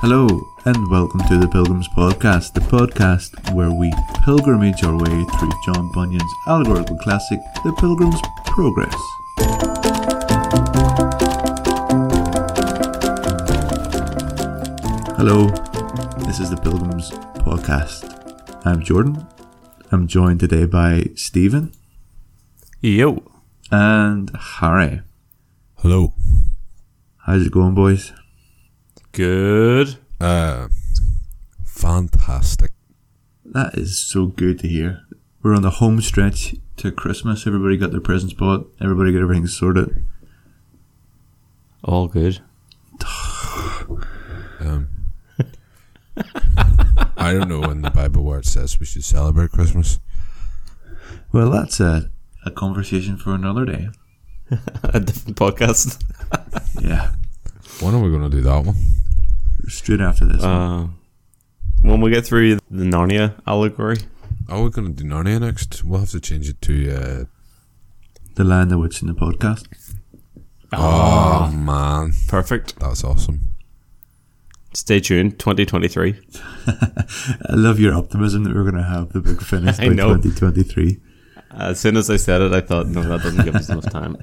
Hello, and welcome to the Pilgrims Podcast, the podcast where we pilgrimage our way through John Bunyan's allegorical classic, The Pilgrim's Progress. Hello, this is the Pilgrims Podcast. I'm Jordan. I'm joined today by Stephen Yo. and Harry. Hello. How's it going, boys? Good. Uh, fantastic. That is so good to hear. We're on the home stretch to Christmas. Everybody got their presents bought. Everybody got everything sorted. All good. Um, I don't know when the Bible where it says we should celebrate Christmas. Well, that's a, a conversation for another day. A different podcast. Yeah, When are we going to do that one? straight after this. Uh, when we get through the Narnia allegory. Are we going to do Narnia next? We'll have to change it to. Uh, the Land, the Witch, and the Podcast. oh, man, Perfect. that's awesome. Stay tuned. 2023. I love your optimism that we're going to have the book finished by I know. 2023. As soon as I said it, I thought, no, that doesn't give us enough time.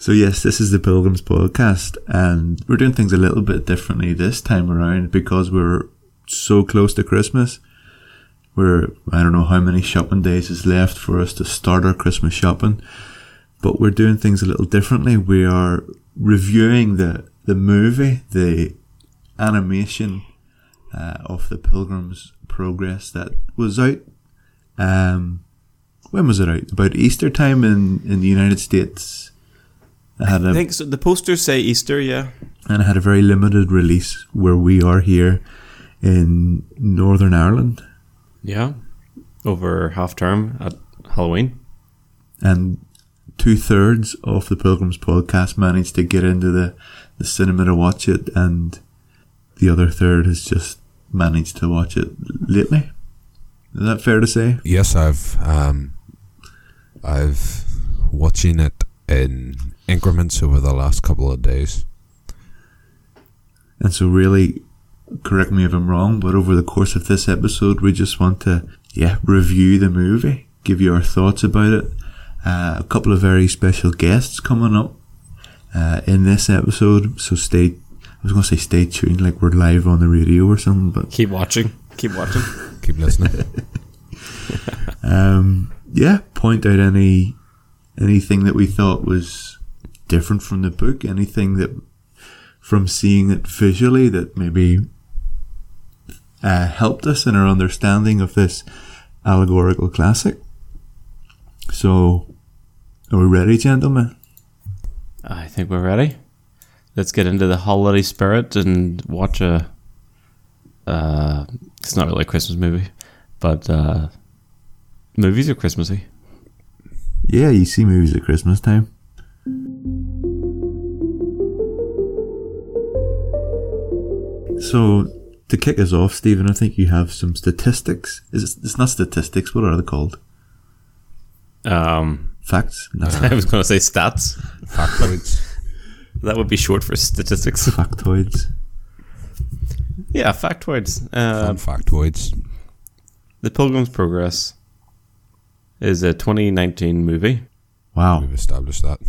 So, yes, this is the Pilgrims podcast, and we're doing things a little bit differently this time around because we're so close to Christmas. We're, I don't know how many shopping days is left for us to start our Christmas shopping, but we're doing things a little differently. We are reviewing the, the movie, the animation uh, of the Pilgrim's Progress that was out. Um, when was it out? About Easter time in, in the United States. I had a I think so. The posters say Easter, yeah. and it had a very limited release where we are here in Northern Ireland. Yeah. Over half term at Halloween. And two thirds of the Pilgrims podcast managed to get into the, the cinema to watch it, and the other third has just managed to watch it lately. Is that fair to say? Yes, I've um, I've watching it in increments over the last couple of days. And so, really, correct me if I'm wrong, but over the course of this episode, we just want to, yeah, review the movie, give you our thoughts about it. Uh, a couple of very special guests coming up uh, in this episode, so stay. I was going to say stay tuned, like we're live on the radio or something, but Keep watching. Keep watching. Keep listening. um, yeah, point out any anything that we thought was different from the book, anything that from seeing it visually that maybe uh, helped us in our understanding of this allegorical classic. So, are we ready, gentlemen? I think we're ready. Let's get into the holiday spirit and watch a. Uh, it's not really a Christmas movie, but uh, movies are Christmassy. Yeah, you see movies at Christmas time. So, to kick us off, Stephen, I think you have some statistics. Is it, it's not statistics. What are they called? Um, Facts? No. I was going to say stats. Factoids. That would be short for statistics. Factoids. yeah, factoids. Fun Um, factoids. the Pilgrim's Progress is a 2019 movie. Wow. We've established that.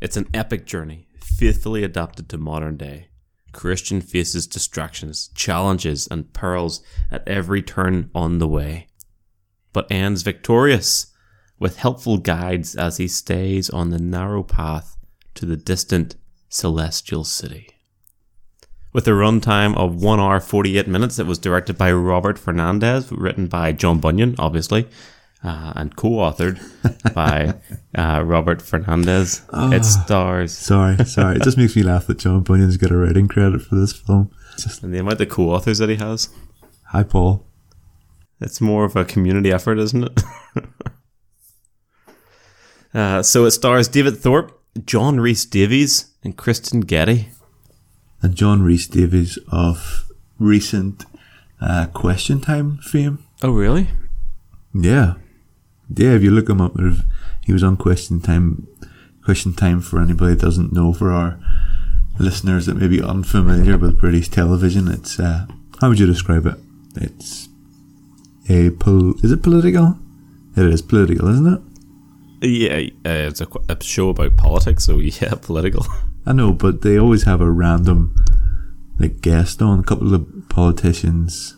It's an epic journey, faithfully adapted to modern day. Christian faces distractions, challenges, and perils at every turn on the way, but ends victorious with helpful guides as he stays on the narrow path to the distant celestial city. With a runtime of 1 hour 48 minutes, it was directed by Robert Fernandez, written by John Bunyan, obviously, uh, and co authored by uh, Robert Fernandez. It stars, Sorry, sorry. it just makes me laugh that John Bunyan's got a writing credit for this film. It's just, and the amount of co authors that he has, hi, Paul. it's more of a community effort, isn't it? uh, so it stars David Thorpe, John Rhys Davies, and Kristen Getty. And John Rhys Davies of recent uh, Question Time fame. Oh, really? Yeah. Yeah, if you look him up, there- he was on Question Time Christian Time, for anybody that doesn't know, for our listeners that may be unfamiliar with British television, it's uh, how would you describe it? It's a pol- is it political? It is political, isn't it? Yeah, uh, it's a, qu- a show about politics, so yeah, political. I know, but they always have a random like guest on, a couple of politicians,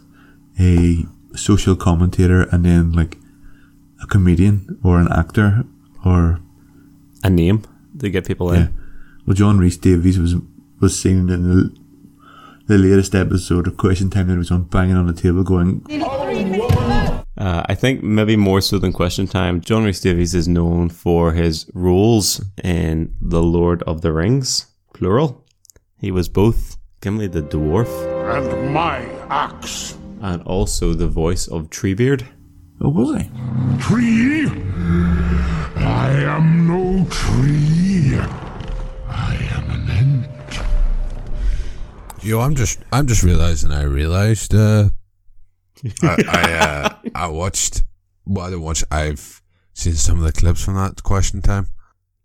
a social commentator, and then like a comedian or an actor or A name to get people in. yeah. Well, John Rhys Davies was was seen in the, the latest episode of Question Time that he was on banging on the table going, Uh, I think maybe more so than Question Time, John Rhys Davies is known for his roles in The Lord of the Rings, plural. He was both Gimli the Dwarf and my axe. and also the voice of Treebeard. "Oh, was he?" Tree? I am no tree. I am an ant. Yo, I'm just I'm just realizing I realized uh I I, uh, I watched well I didn't watch I've seen some of the clips from that question time.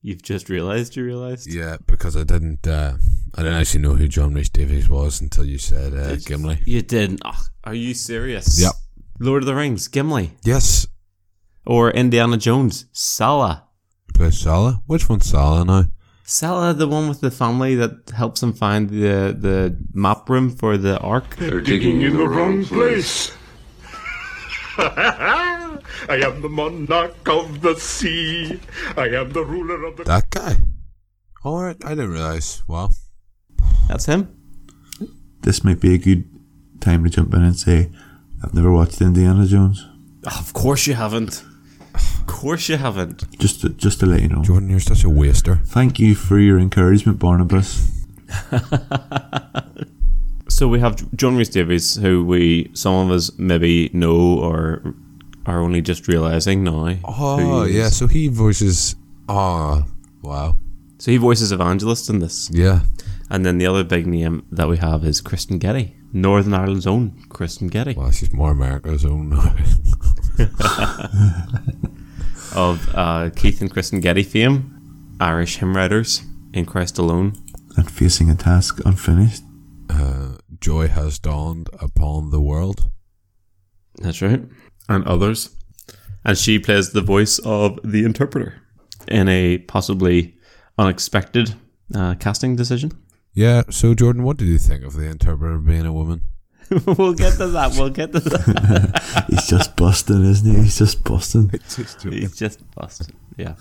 You've just realized you realized? Yeah, because I didn't uh I didn't actually know who John Rhys Davies was until you said uh, Gimli. You didn't. Ugh, are you serious? Yep. Lord of the Rings, Gimli. Yes. Or Indiana Jones, Salah. Play Salah? Which one's Salah now? Salah, the one with the family that helps him find the, the map room for the Ark. They're digging in the wrong place. I am the monarch of the sea. I am the ruler of the. That guy. Alright, I didn't realise. Wow. That's him. This might be a good time to jump in and say, "I've never watched Indiana Jones." Of course you haven't. Of course you haven't. Just to, just to let you know. Jordan, you're such a waster. Thank you for your encouragement, Barnabas. So we have John Rhys Davies, who we some of us maybe know or are only just realizing now. Oh who he is. yeah, so he voices Oh wow. So he voices Evangelist in this, Yeah. and then the other big name that we have is Kristen Getty, Northern Ireland's own Kristen Getty Well she's more America's own now. of uh, Keith and Kristen Getty fame, Irish hymn writers in Christ Alone. And facing a task unfinished. uh, joy has dawned upon the world. That's right. And others. And she plays the voice of the interpreter in a possibly unexpected uh, casting decision. Yeah. So Jordan, what did you think of the interpreter being a woman? we'll get to that. We'll get to that. He's just busting, isn't he? He's just busting. He's just busted. Yeah.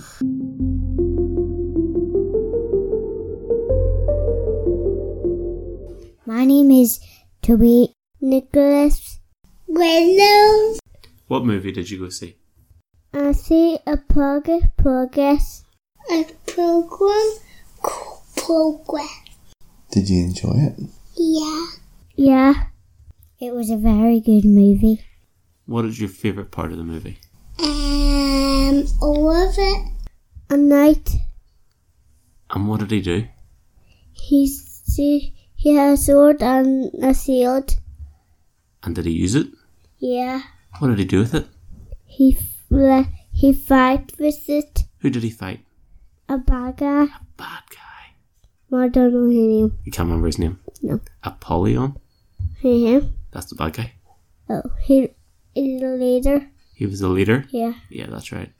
My name is Toby Nicholas Willows. What movie did you go see? I see a progress, progress. A program, progress. Did you enjoy it? Yeah. Yeah. It was a very good movie. What is your favorite part of the movie? Um, all of it. A night, And what did he do? he's, he he has a sword and a shield. And did he use it? Yeah. What did he do with it? He f- he fight with it. Who did he fight? A bagger. Bad guy. I don't know his name. You can't remember his name. No. Apollyon. Him. That's the bad guy. Oh, he is the leader. He was the leader. Yeah. Yeah, that's right.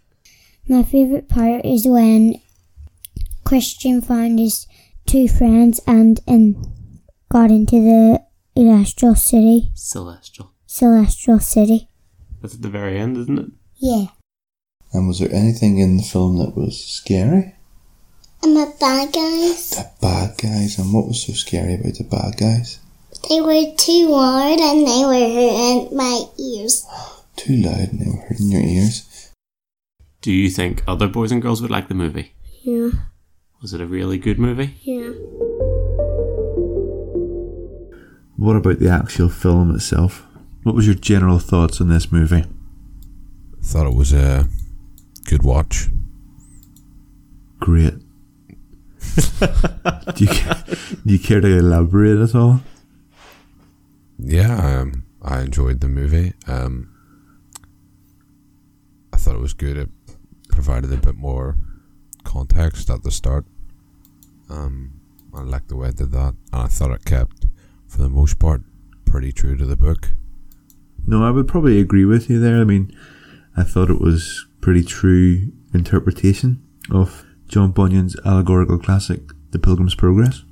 My favorite part is when Christian found his two friends and and got into the celestial city. Celestial. Celestial city. That's at the very end, isn't it? Yeah. And was there anything in the film that was scary? And the bad guys, The bad guys, and what was so scary about the bad guys? they were too loud and they were hurting my ears. Too loud and they were hurting your ears. Do you think other boys and girls would like the movie? Yeah. Was it a really good movie? Yeah. What about the actual film itself? What was your general thoughts on this movie? Thought it was a good watch. Great. do, you, ca- do you care to elaborate at all? Yeah. Um, I enjoyed the movie. Um, I thought it was good. It provided a bit more context at the start. Um, I liked the way it did that, and I thought it kept, for the most part, pretty true to the book. No, I would probably agree with you there. I mean, I thought it was pretty true interpretation of John Bunyan's allegorical classic, The Pilgrim's Progress.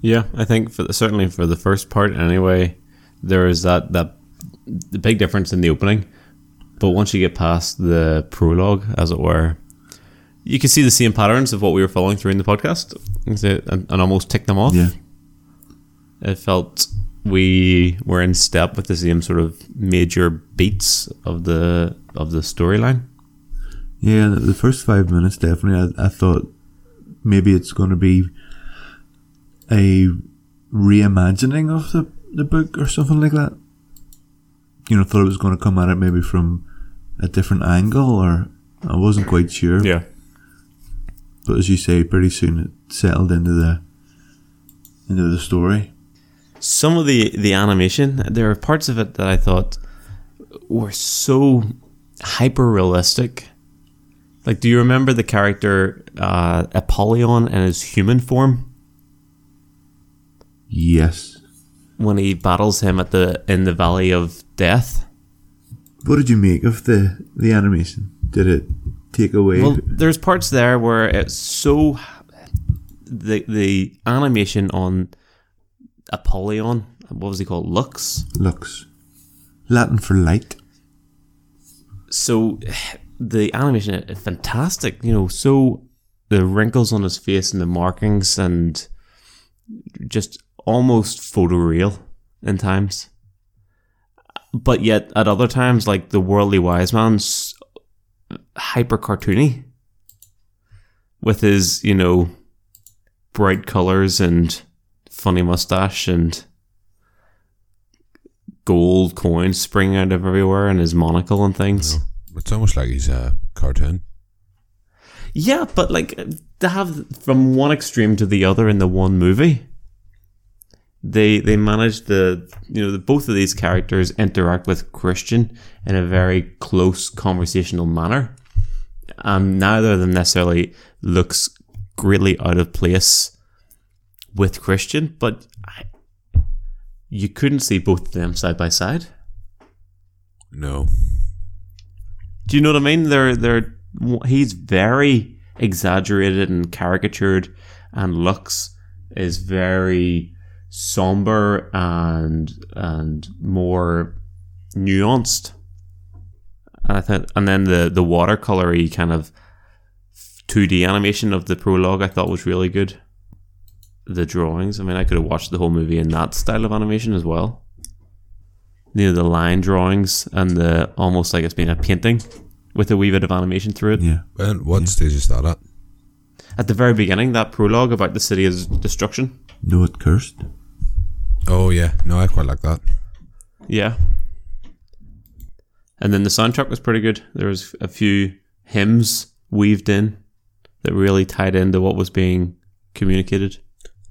Yeah, I think for the, certainly for the first part anyway, there is that that the big difference in the opening. But once you get past the prologue, as it were, you can see the same patterns of what we were following through in the podcast, Is it- and, and almost tick them off. Yeah, It felt we were in step with the same sort of major beats of the of the storyline. yeah. The, the first five minutes definitely. I, I thought maybe it's going to be a reimagining of the the book or something like that. You know, thought it was going to come at it maybe from a different angle, or I wasn't quite sure. Yeah. but as you say, pretty soon it settled into the into the story. some of the the animation there are parts of it that i thought were so hyper realistic like do you remember the character uh apollyon in his human form Yes. when he battles him at the in the valley of death What did you make of the the animation? Did it take away? Well, there's parts there where it's so the the animation on Apollyon, what was he called? Lux. Lux. Latin for light. so the animation is fantastic you know so the wrinkles on his face and the markings and just almost photoreal in times but yet at other times like the worldly wise man's hyper cartoony with his you know bright colors and funny mustache and gold coins springing out of everywhere and his monocle and things It's almost like he's a cartoon. Yeah, but like to have from one extreme to the other in the one movie, they they manage the you know the, both of these characters interact with Christian in a very close conversational manner, and neither of them necessarily looks greatly out of place with Christian, but I, you couldn't see both of them side by side. No. Do you know what I mean? They're they're he's very exaggerated and caricatured, and Lux is very somber and and more nuanced. And I thought, and then the the watercolory kind of two D animation of the prologue I thought was really good. The drawings. I mean, I could have watched the whole movie in that style of animation as well you know, the line drawings and the almost like it's been a painting with a wee bit of animation through it. Yeah. And what stage is that at? At the very beginning, that prologue about the city is destruction. No, it cursed. Oh, yeah. No, I quite like that. Yeah. And then the soundtrack was pretty good. There was a few hymns weaved in that really tied into what was being communicated.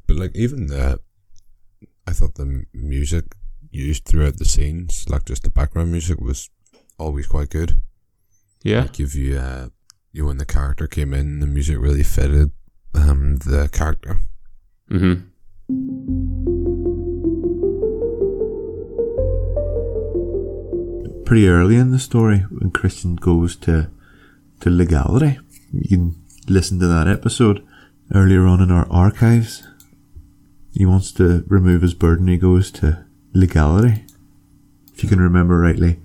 But like even the, I thought the m- music used throughout the scenes, like just the background music, was always quite good. Yeah. Like if you, uh, you know, when the character came in, the music really fitted um the character. Mm-hmm. Pretty early in the story, when Christian goes to to legality, you can listen to that episode earlier on in our archives. He wants to remove his burden. He goes to legality. If you can remember rightly,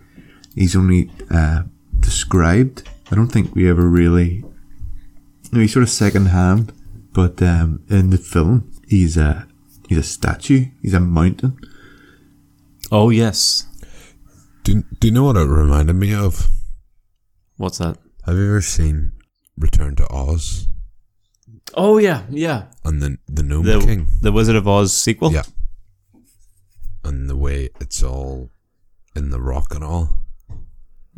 he's only uh, described. I don't think we ever really. No, he's sort of second hand, but um, in the film, he's a he's a statue. He's a mountain. Oh yes. Do Do you know what it reminded me of? What's that? Have you ever seen Return to Oz Oh yeah, yeah. and then the Gnome The King? the Wizard of Oz sequel. Yeah. And the way it's all in the rock and all.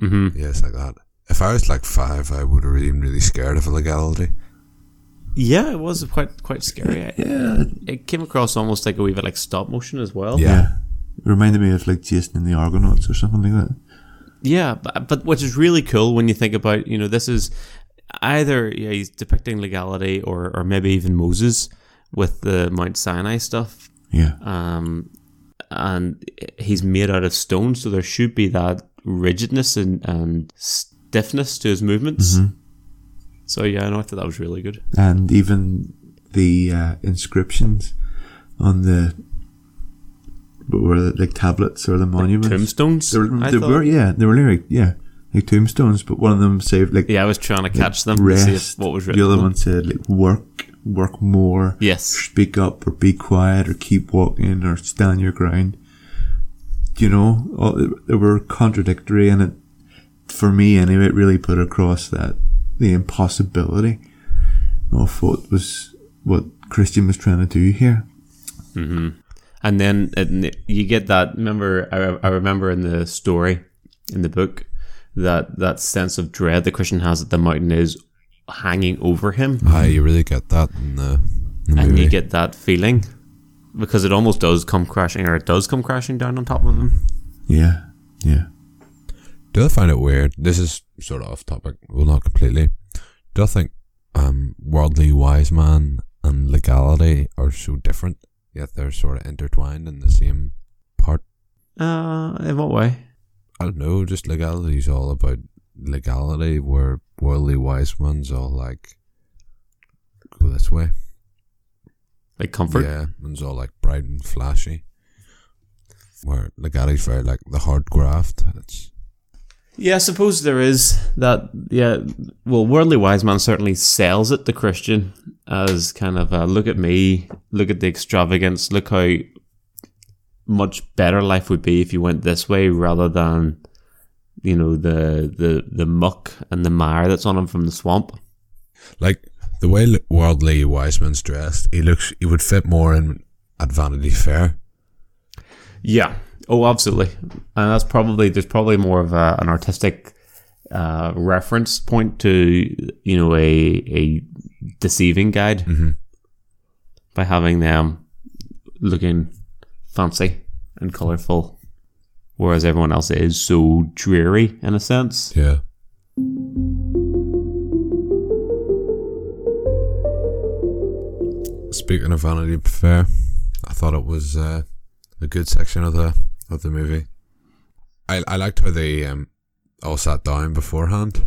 Mm-hmm. Yeah, it's like that. If I was like five, I would have been really scared of illegality. Yeah, it was quite quite scary. Yeah. It came across almost like a wee bit like stop motion as well. It reminded me of like Jason and the Argonauts or something like that. Yeah, but, but which is really cool when you think about, you know, this is either yeah, he's depicting legality or, or maybe even Moses with the Mount Sinai stuff. Yeah. Um, and he's made out of stone, so there should be that rigidness and, and stiffness to his movements. Mm-hmm. So yeah, no, I thought that was really good. and even the uh, inscriptions on the what were they, like tablets or the monuments Tombstones. They were, I they thought. were yeah they were lyric yeah like tombstones but one of them said like Yeah, I was trying to catch them rest to see if, what was written. the on other them. one said like work work more Yes. speak up or be quiet or keep walking or stand your ground you know all, they were contradictory and it for me anyway it really put across that the impossibility of what was what Christian was trying to do here And then it, you get that. Remember, I, re- I remember in the story, in the book, that that sense of dread that Christian has that the mountain is hanging over him, Aye, you really get that in the, in the Mm-hmm. and movie. you get that feeling because it almost does come crashing, or it does come crashing down on top of him. yeah yeah Do I find it weird? This is sort of off topic. Well, not completely. Do I think um, worldly wise man and legality are so different, yet they're sort of intertwined in the same part? Uh, in what way? I don't know. Just legality is all about legality, where worldly wise man's all like go this way. Like comfort. Yeah, man's all like bright and flashy. Where legality's very like the hard graft. It's Yeah, I suppose there is that. Yeah, well, worldly wise man certainly sells it to Christian as kind of a, look at me, look at the extravagance, look how much better life would be if you went this way rather than you know the the the muck and the mire that's on him from the swamp. Like the way l- worldly wise man's dressed, he looks. He would fit more in at Vanity Fair. Yeah. Oh, absolutely. And that's probably there's probably more of a, an artistic uh, reference point to you know a a deceiving guide by having them looking fancy and colorful, whereas everyone else is so dreary in a sense. Yeah. Speaking of Vanity Fair, I thought it was uh, a good section of the of the movie. I I liked how they um, all sat down beforehand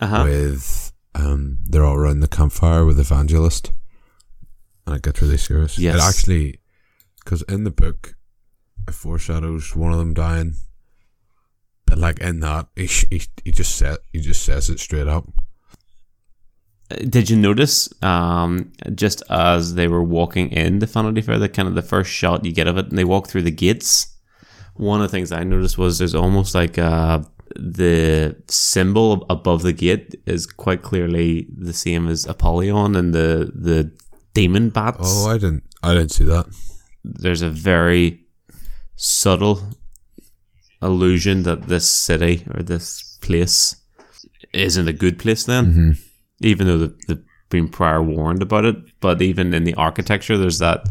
Uh-huh. with um, they're all around the campfire with evangelist, and it gets really serious. Yes. it actually because in the book it foreshadows one of them dying, but like in that he sh- he, he just said he just says it straight up. Did you notice um, just as they were walking in the Vanity Fair, the kind of the first shot you get of it, and they walk through the gates? One of the things I noticed was there's almost like uh, the symbol above the gate is quite clearly the same as Apollyon and the the demon bats. Oh, I didn't I didn't see that. There's a very subtle illusion that this city or this place isn't a good place then even though the, the been prior warned about it but even in the architecture there's that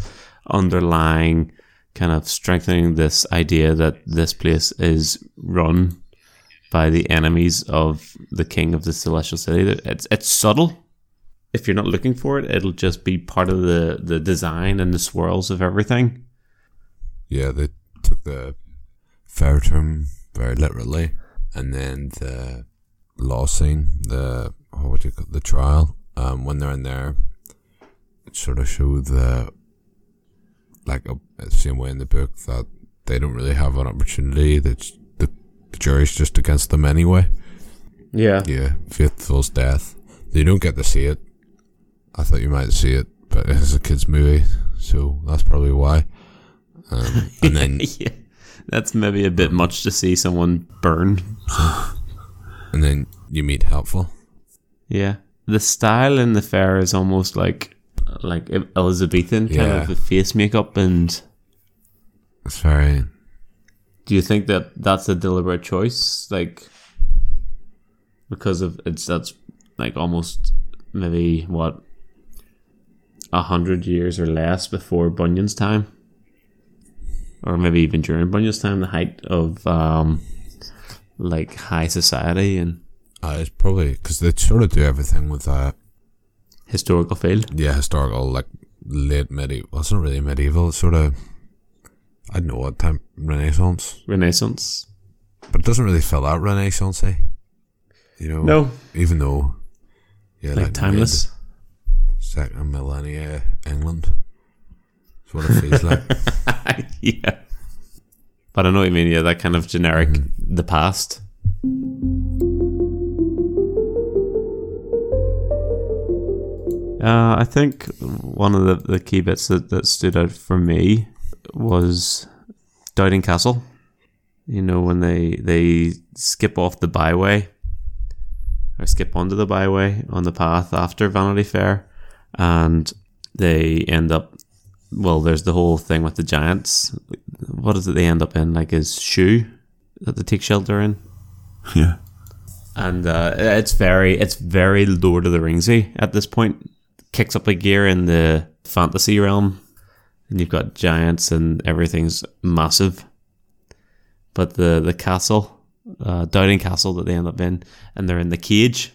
underlying kind of strengthening this idea that this place is run by the enemies of the king of the celestial city it's, it's subtle if you're not looking for it it'll just be part of the the design and the swirls of everything Yeah, they took the fair term very literally, and then the law scene, the oh, what do you call the trial? Um, when they're in there, it sort of show the like a, the same way in the book that they don't really have an opportunity. That the, the jury's just against them anyway. yeah Yeah, faithful's death. You don't get to see it. I thought you might see it, but it's a kids' movie, so that's probably why. Um, and then yeah that's maybe a bit much to see someone burn and then you meet helpful. Yeah, the style in the fair is almost like like E- Elizabethan kind Yeah. of the face makeup. And It's very do you think that that's a deliberate choice, like because of it's that's like almost maybe what a hundred years or less before Bunyan's time, or maybe even during Bunyan's time, the height of um like high society and Uh, it's probably because they sort of do everything with that. Historical field. yeah, historical, like late medieval. Well, it's not really medieval. It's sort of, I don't know what time Renaissance, Renaissance. but it doesn't really feel out Renaissancey. You know, No. even though, yeah, Like timeless. mid- second millennia England. That's what it feels like. yeah. But I know what you mean. Yeah, that kind of generic, the past. Uh, I think one of the, the key bits that, that stood out for me was Doubting Castle. You know, when they, they skip off the byway or skip onto the byway on the path after Vanity Fair and they end up well, there's the whole thing with the giants. What is it they end up in? Like his shoe that they take shelter in, Yeah. and uh, it's very it's very Lord of the Ringsy at this point. Kicks up a gear in the fantasy realm, and you've got giants and everything's massive. But the the castle, uh, Doubting Castle that they end up in, and they're in the cage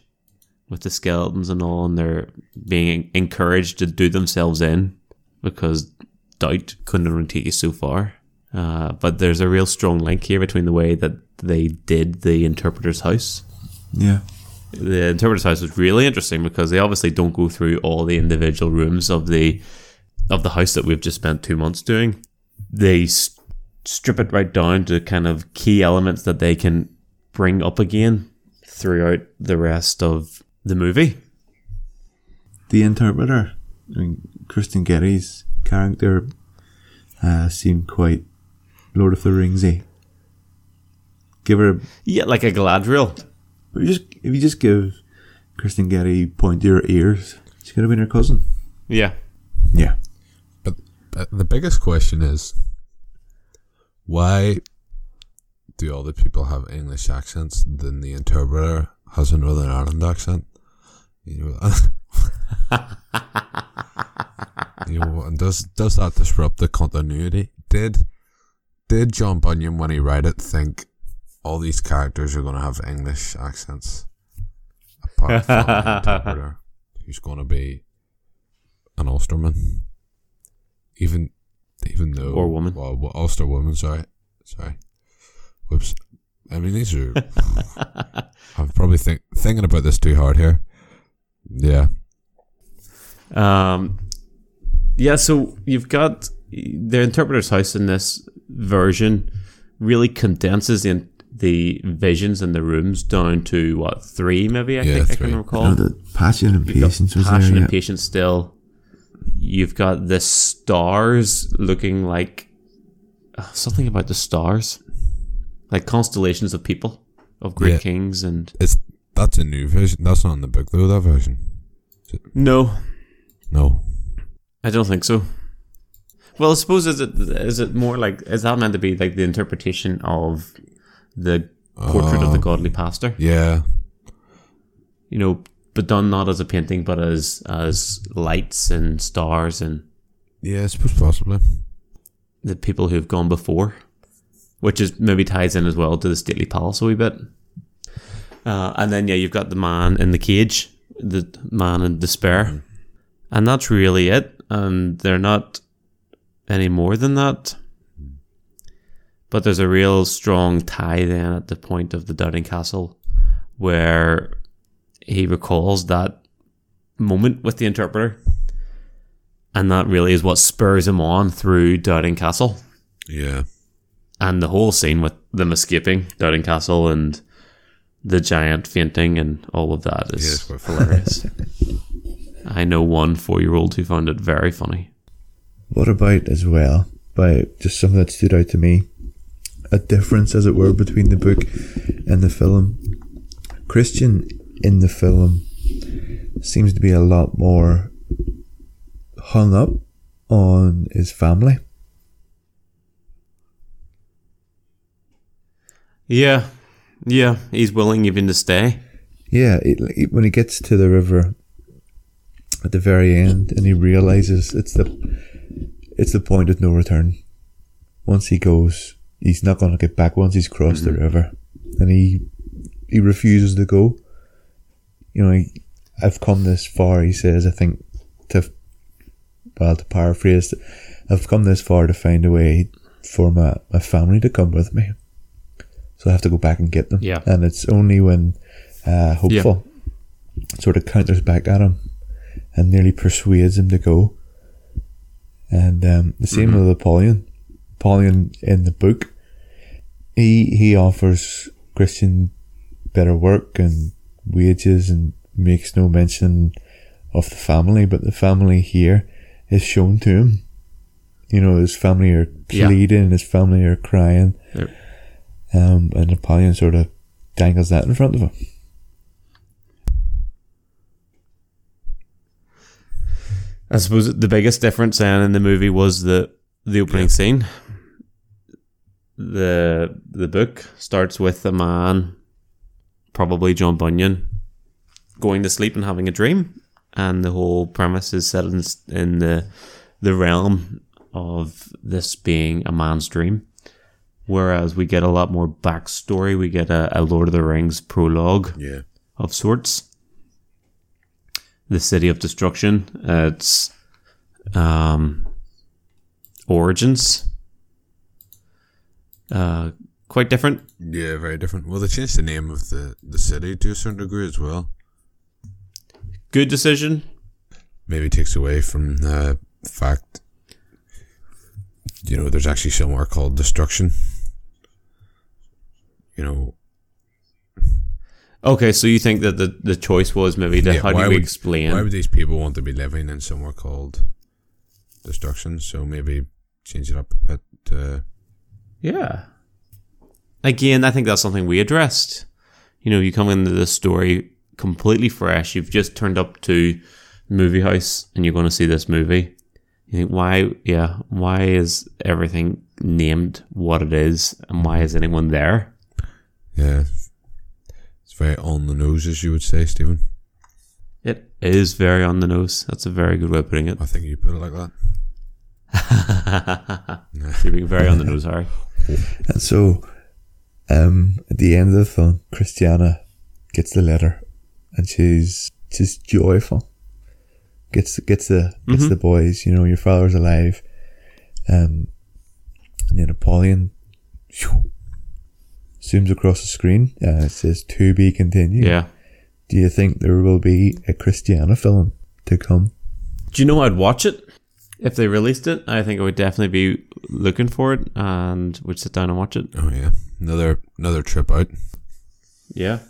with the skeletons and all, and they're being encouraged to do themselves in because doubt couldn't only take you E so far. Uh, but there's a real strong link here between the way that they did the interpreter's house. Yeah. The interpreter's house was really interesting because they obviously don't go through all the individual rooms of the of the house that we've just spent two months doing. They s- strip it right down to kind of key elements that they can bring up again throughout the rest of the movie. The interpreter, I mean, Kristen Getty's character, uh, seemed quite Lord of the Ringsy. Give her, Yeah, like a Galadriel. if you just if you just give Kristen Getty pointier ears, she could have been her cousin. Yeah. Yeah. But uh, the biggest question is why do all the people have English accents then the interpreter has a Northern Ireland accent? You know, you know and does does that disrupt the continuity? Did did John Bunyan when he wrote it think all these characters are gonna have English accents? Apart from the interpreter, who's gonna be an Ulsterman. Even even though Or woman. Well, well, Ulster woman, sorry. Sorry. Whoops. I mean these are I'm probably think, thinking about this too hard here. Yeah. Um, yeah, so you've got the interpreter's house in this version really condenses the the visions and the rooms down to what three maybe I Yeah, think I three. can You know, recall. the passion and You've got patience was passion there. and patience still. You've got the stars looking like uh, something about the stars, like constellations of people, of great Yeah. kings and It's that's a new version. That's not in the book though, that version. no, No. I don't think so. Well, I suppose is it is it more like is that meant to be like the interpretation of the portrait of the Uh, godly pastor? Yeah. You know, but done not as a painting, but as as lights and stars and Yeah, I suppose possibly. the people who've gone before, which is maybe ties in as well to the stately palace a wee bit. Uh, and then yeah, you've got the man in the cage, the man in despair, and that's really it. And they're not any more than that. But there's a real strong tie then at the point of the Doubting Castle, where he recalls that moment with the interpreter and that really is what spurs him on through Doubting Castle Yeah. and the whole scene with them escaping Doubting Castle and the giant fainting and all of that Yeah, it's is quite funny. hilarious. I know one four-year-old who found it very funny. What about as well? By just something that stood out to me, a difference, as it were, between the book and the film. Christian in the film seems to be a lot more hung up on his family. Yeah, yeah, he's willing even to stay. Yeah, it, it- when he gets to the river at the very end, and he realizes it's the it's the point of no return. Once he goes, he's not going to get back. Once he's crossed the river, and he he refuses to go, you know, I've come this far, he says, I think, to, well, to paraphrase, I've come this far to find a way for my, my family to come with me. So I have to go back and get them. Yeah. And it's only when uh, Hopeful sort of counters back at him and nearly persuades him to go. And um, the same with Apollyon. Apollyon in the book, he he offers Christian better work and wages and makes no mention of the family, but the family here is shown to him. You know, his family are Yeah. pleading, his family are crying, They're- um, and Napoleon sort of dangles that in front of him. I suppose the biggest difference then in the movie was the the opening scene. The the book starts with a man, probably John Bunyan, going to sleep and having a dream, and the whole premise is set in, s- in the the realm of this being a man's dream. Whereas we get a lot more backstory, we get a, a Lord of the Rings prologue Yeah. of sorts. The city of destruction. Uh, its um, origins. Uh, quite different. Yeah, very different. Well, they changed the name of the, the city to a certain degree as well. Good decision. Maybe takes away from the fact, you know, there's actually somewhere called Destruction. You know, Okay, so you think that the, the choice was maybe to Yeah, how do why we would- explain? why would these people want to be living in somewhere called Destruction? So maybe change it up a bit. Uh, yeah. Again, I think that's something we addressed. You know, you come into this story completely fresh. You've just turned up to the movie house and you're going to see this movie. You think, why, yeah, why is everything named what it is and why is anyone there? yeah. It's very on the nose, as you would say, Stephen. It is very on the nose. That's a very good way of putting it. I think you put it like that. You're being very on the nose, Harry. And so, um, at the end of the film, Christiana gets the letter, and she's she's joyful. Gets gets the gets Mm-hmm. the boys. You know, your father's alive. Um, and then Napoleon phew, zooms across the screen. Uh, it says "To be continued." Yeah. Do you think there will be a Christiana film to come? Do you know I'd watch it if they released it? I think I would definitely be looking for it and would sit down and watch it. Oh yeah, another another trip out. Yeah.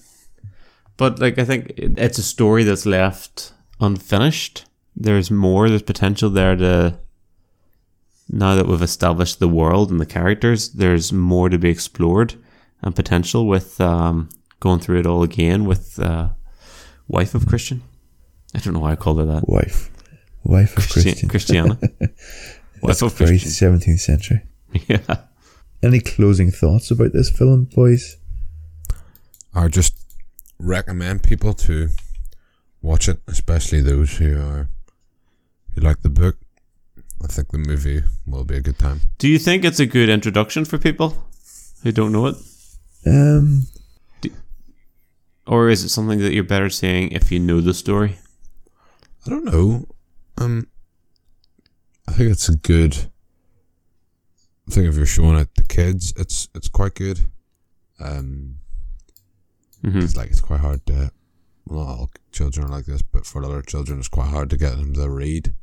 But like I think it- it's a story that's left unfinished. There's more, there's potential there to now that we've established the world and the characters, there's more to be explored and potential with um, going through it all again with uh, wife of Christian. I don't know why I called her that. Wife, wife of Christi- Christian. Christiana. wife of Very Christian. seventeenth century. Yeah. Any closing thoughts about this film, boys? I just recommend people to watch it, especially those who are who like the book. I think the movie will be a good time. Do you think it's a good introduction for people who don't know it? Um, Or is it something that you're better seeing if you know the story? I don't know. Um, I think it's a good. I think if you're showing it to kids, it's it's quite good. Um, Mhm. it's like it's quite hard to. Well, not all children are like this, but for other children, it's quite hard to get them to read,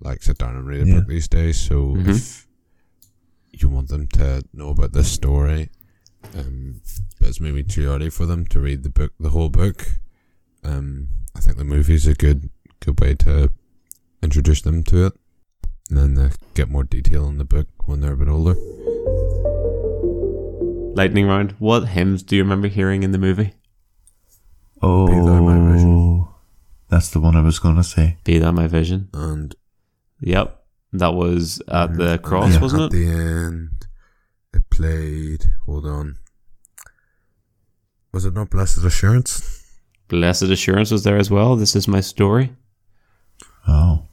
like sit down and read a Yeah. book these days. So if you want them to know about this story, um, but it's maybe too early for them to read the book, the whole book. Um, I think the movie's a good good way to introduce them to it, and then they get more detail in the book when they're a bit older. Lightning round. What hymns do you remember hearing in the movie? Thou My Vision. Oh, that's the one I was gonna say. Be that my vision. And Yep. That was at the cross, Yeah. wasn't at it? the end, it played. Hold on, was it not Blessed Assurance? Blessed Assurance was there as well. This is my story. Oh,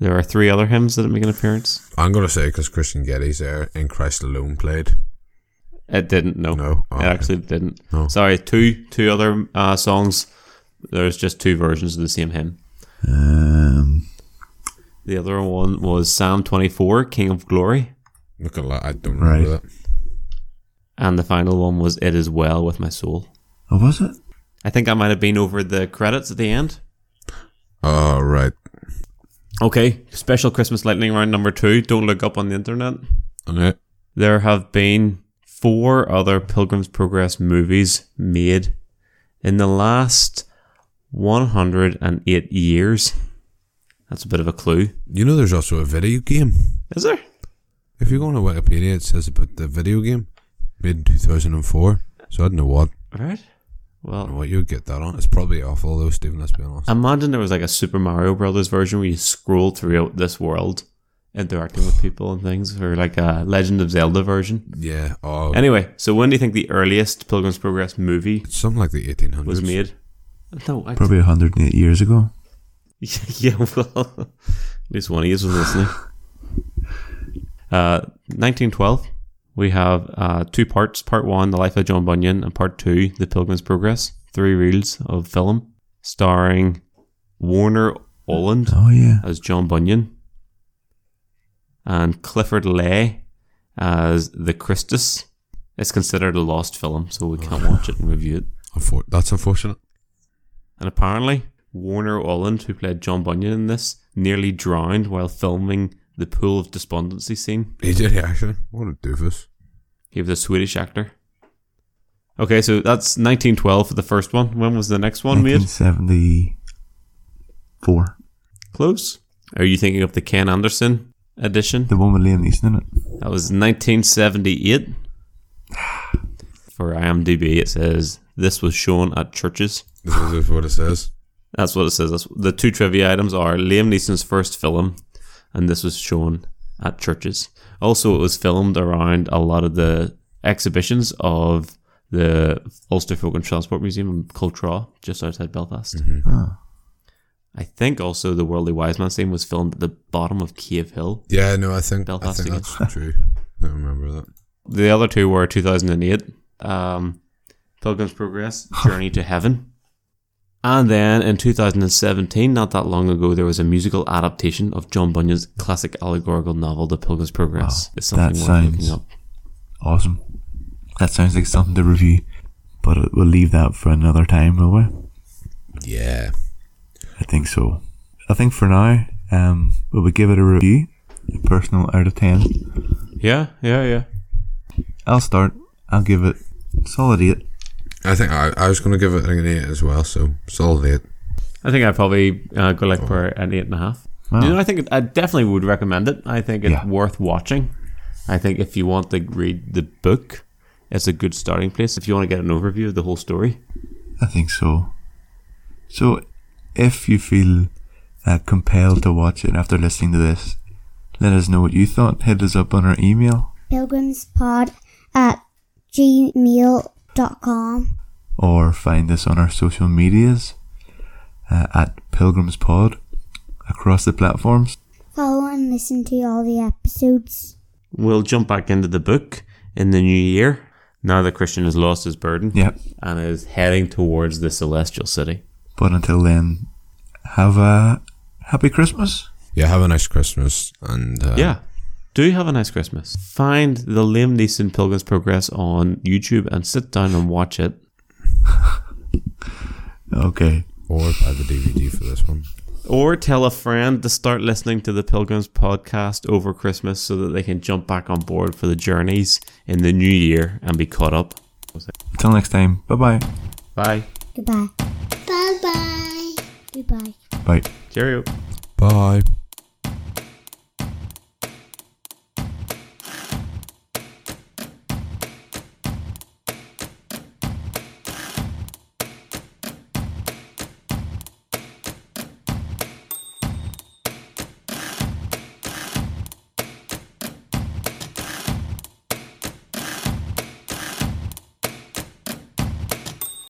There are three other hymns that make an appearance. I'm gonna say because Christian Getty's there, and Christ Alone played. It didn't. No, No? Oh, it okay. actually didn't. No. Sorry, two two other uh, songs. There's just two versions of the same hymn. Um, The other one was Psalm 24, King of Glory, Look at that. I don't Right. remember that. and the final one was It Is Well with My Soul. oh, was it? I think I might have been over the credits at the end. Oh, right. Okay, special Christmas lightning round number two. Don't look up on the internet. Okay. There have been four other Pilgrim's Progress movies made in the last 108 years. That's a bit of a clue. You know, there's also a video game. Is there? If you go on to Wikipedia, it says about the video game made in 2004. So I don't know what, Right. I don't Well, know what you would get that on. It's probably awful, though, Stephen, let's be honest. imagine there was like a Super Mario Brothers version where you scroll throughout this world, interacting with people and things, or like a Legend of Zelda version. yeah. Oh, Anyway, so when do you think the earliest Pilgrim's Progress movie it's something like the 1800s. was er made? No, I Probably 108 years ago. yeah, well, at least one of you was listening. Uh, 1912, we have uh, two parts. Part one, The Life of John Bunyan, and part two, The Pilgrim's Progress. Three reels of film starring Warner Oland Oh yeah, as John Bunyan and Clifford Lay as the Christus. It's considered a lost film, so we can't watch it and review it. Unfor- that's unfortunate. And apparently, Warner Oland, who played John Bunyan in this, nearly drowned while filming the Pool of Despondency scene. He did, actually. What a doofus. He was a Swedish actor. Okay, so that's 1912 for the first one. When was the next one made? 1974. Close. Are you thinking of the Ken Anderson edition? The one with Liam Neeson in it. That was 1978. For IMDb, it says this was shown at churches. This is what it says. That's what it says. That's, the two trivia items are Liam Neeson's first film, and this was shown at churches. Also, it was filmed around a lot of the exhibitions of the Ulster Folk and Transport Museum in Cultraw, just outside Belfast. I think also the Worldly Wise Man scene was filmed at the bottom of Cave Hill. Yeah, no, I think, I Belfast think again. that's true. I don't remember that. The other two were 2008, um, Pilgrim's Progress, Journey to Heaven. And then in 2017, not that long ago, there was a musical adaptation of John Bunyan's classic allegorical novel, The Pilgrim's Progress. Wow, it's something that worth looking sounds- up. Awesome. That sounds like something to review, but we'll leave that for another time, will we? Yeah. I think so. I think for now, um, we would give it a review, a personal out of 10. Yeah, yeah, yeah. I'll start. I'll give it solid 8. I think I, I was going to give it an 8 as well, so solid 8. I think I'd probably uh, go like for an eight and a half. You know, I think it, I definitely would recommend it. I think it's Yeah. worth watching. I think if you want to read the book, it's a good starting place. If you want to get an overview of the whole story, I think so. So, if you feel uh, compelled to watch it after listening to this, let us know what you thought. Hit us up on our email Pilgrimspod at gmail.com. or find us on our social medias uh, at Pilgrims Pod across the platforms. Follow and listen to all the episodes. we'll jump back into the book in the new year. Now that Christian has lost his burden Yep. and is heading towards the celestial city. But until then, have a happy Christmas. Yeah, have a nice Christmas. And uh, yeah. Do have a nice Christmas. Find the Liam Neeson Pilgrim's Progress on YouTube and sit down and watch it. Okay. Or buy the DVD for this one. Or tell a friend to start listening to the Pilgrims podcast over Christmas so that they can jump back on board for the journeys in the new year and be caught up. Until next time. Bye bye. Bye. Goodbye. Bye bye. Goodbye. Bye. Cheerio. Bye.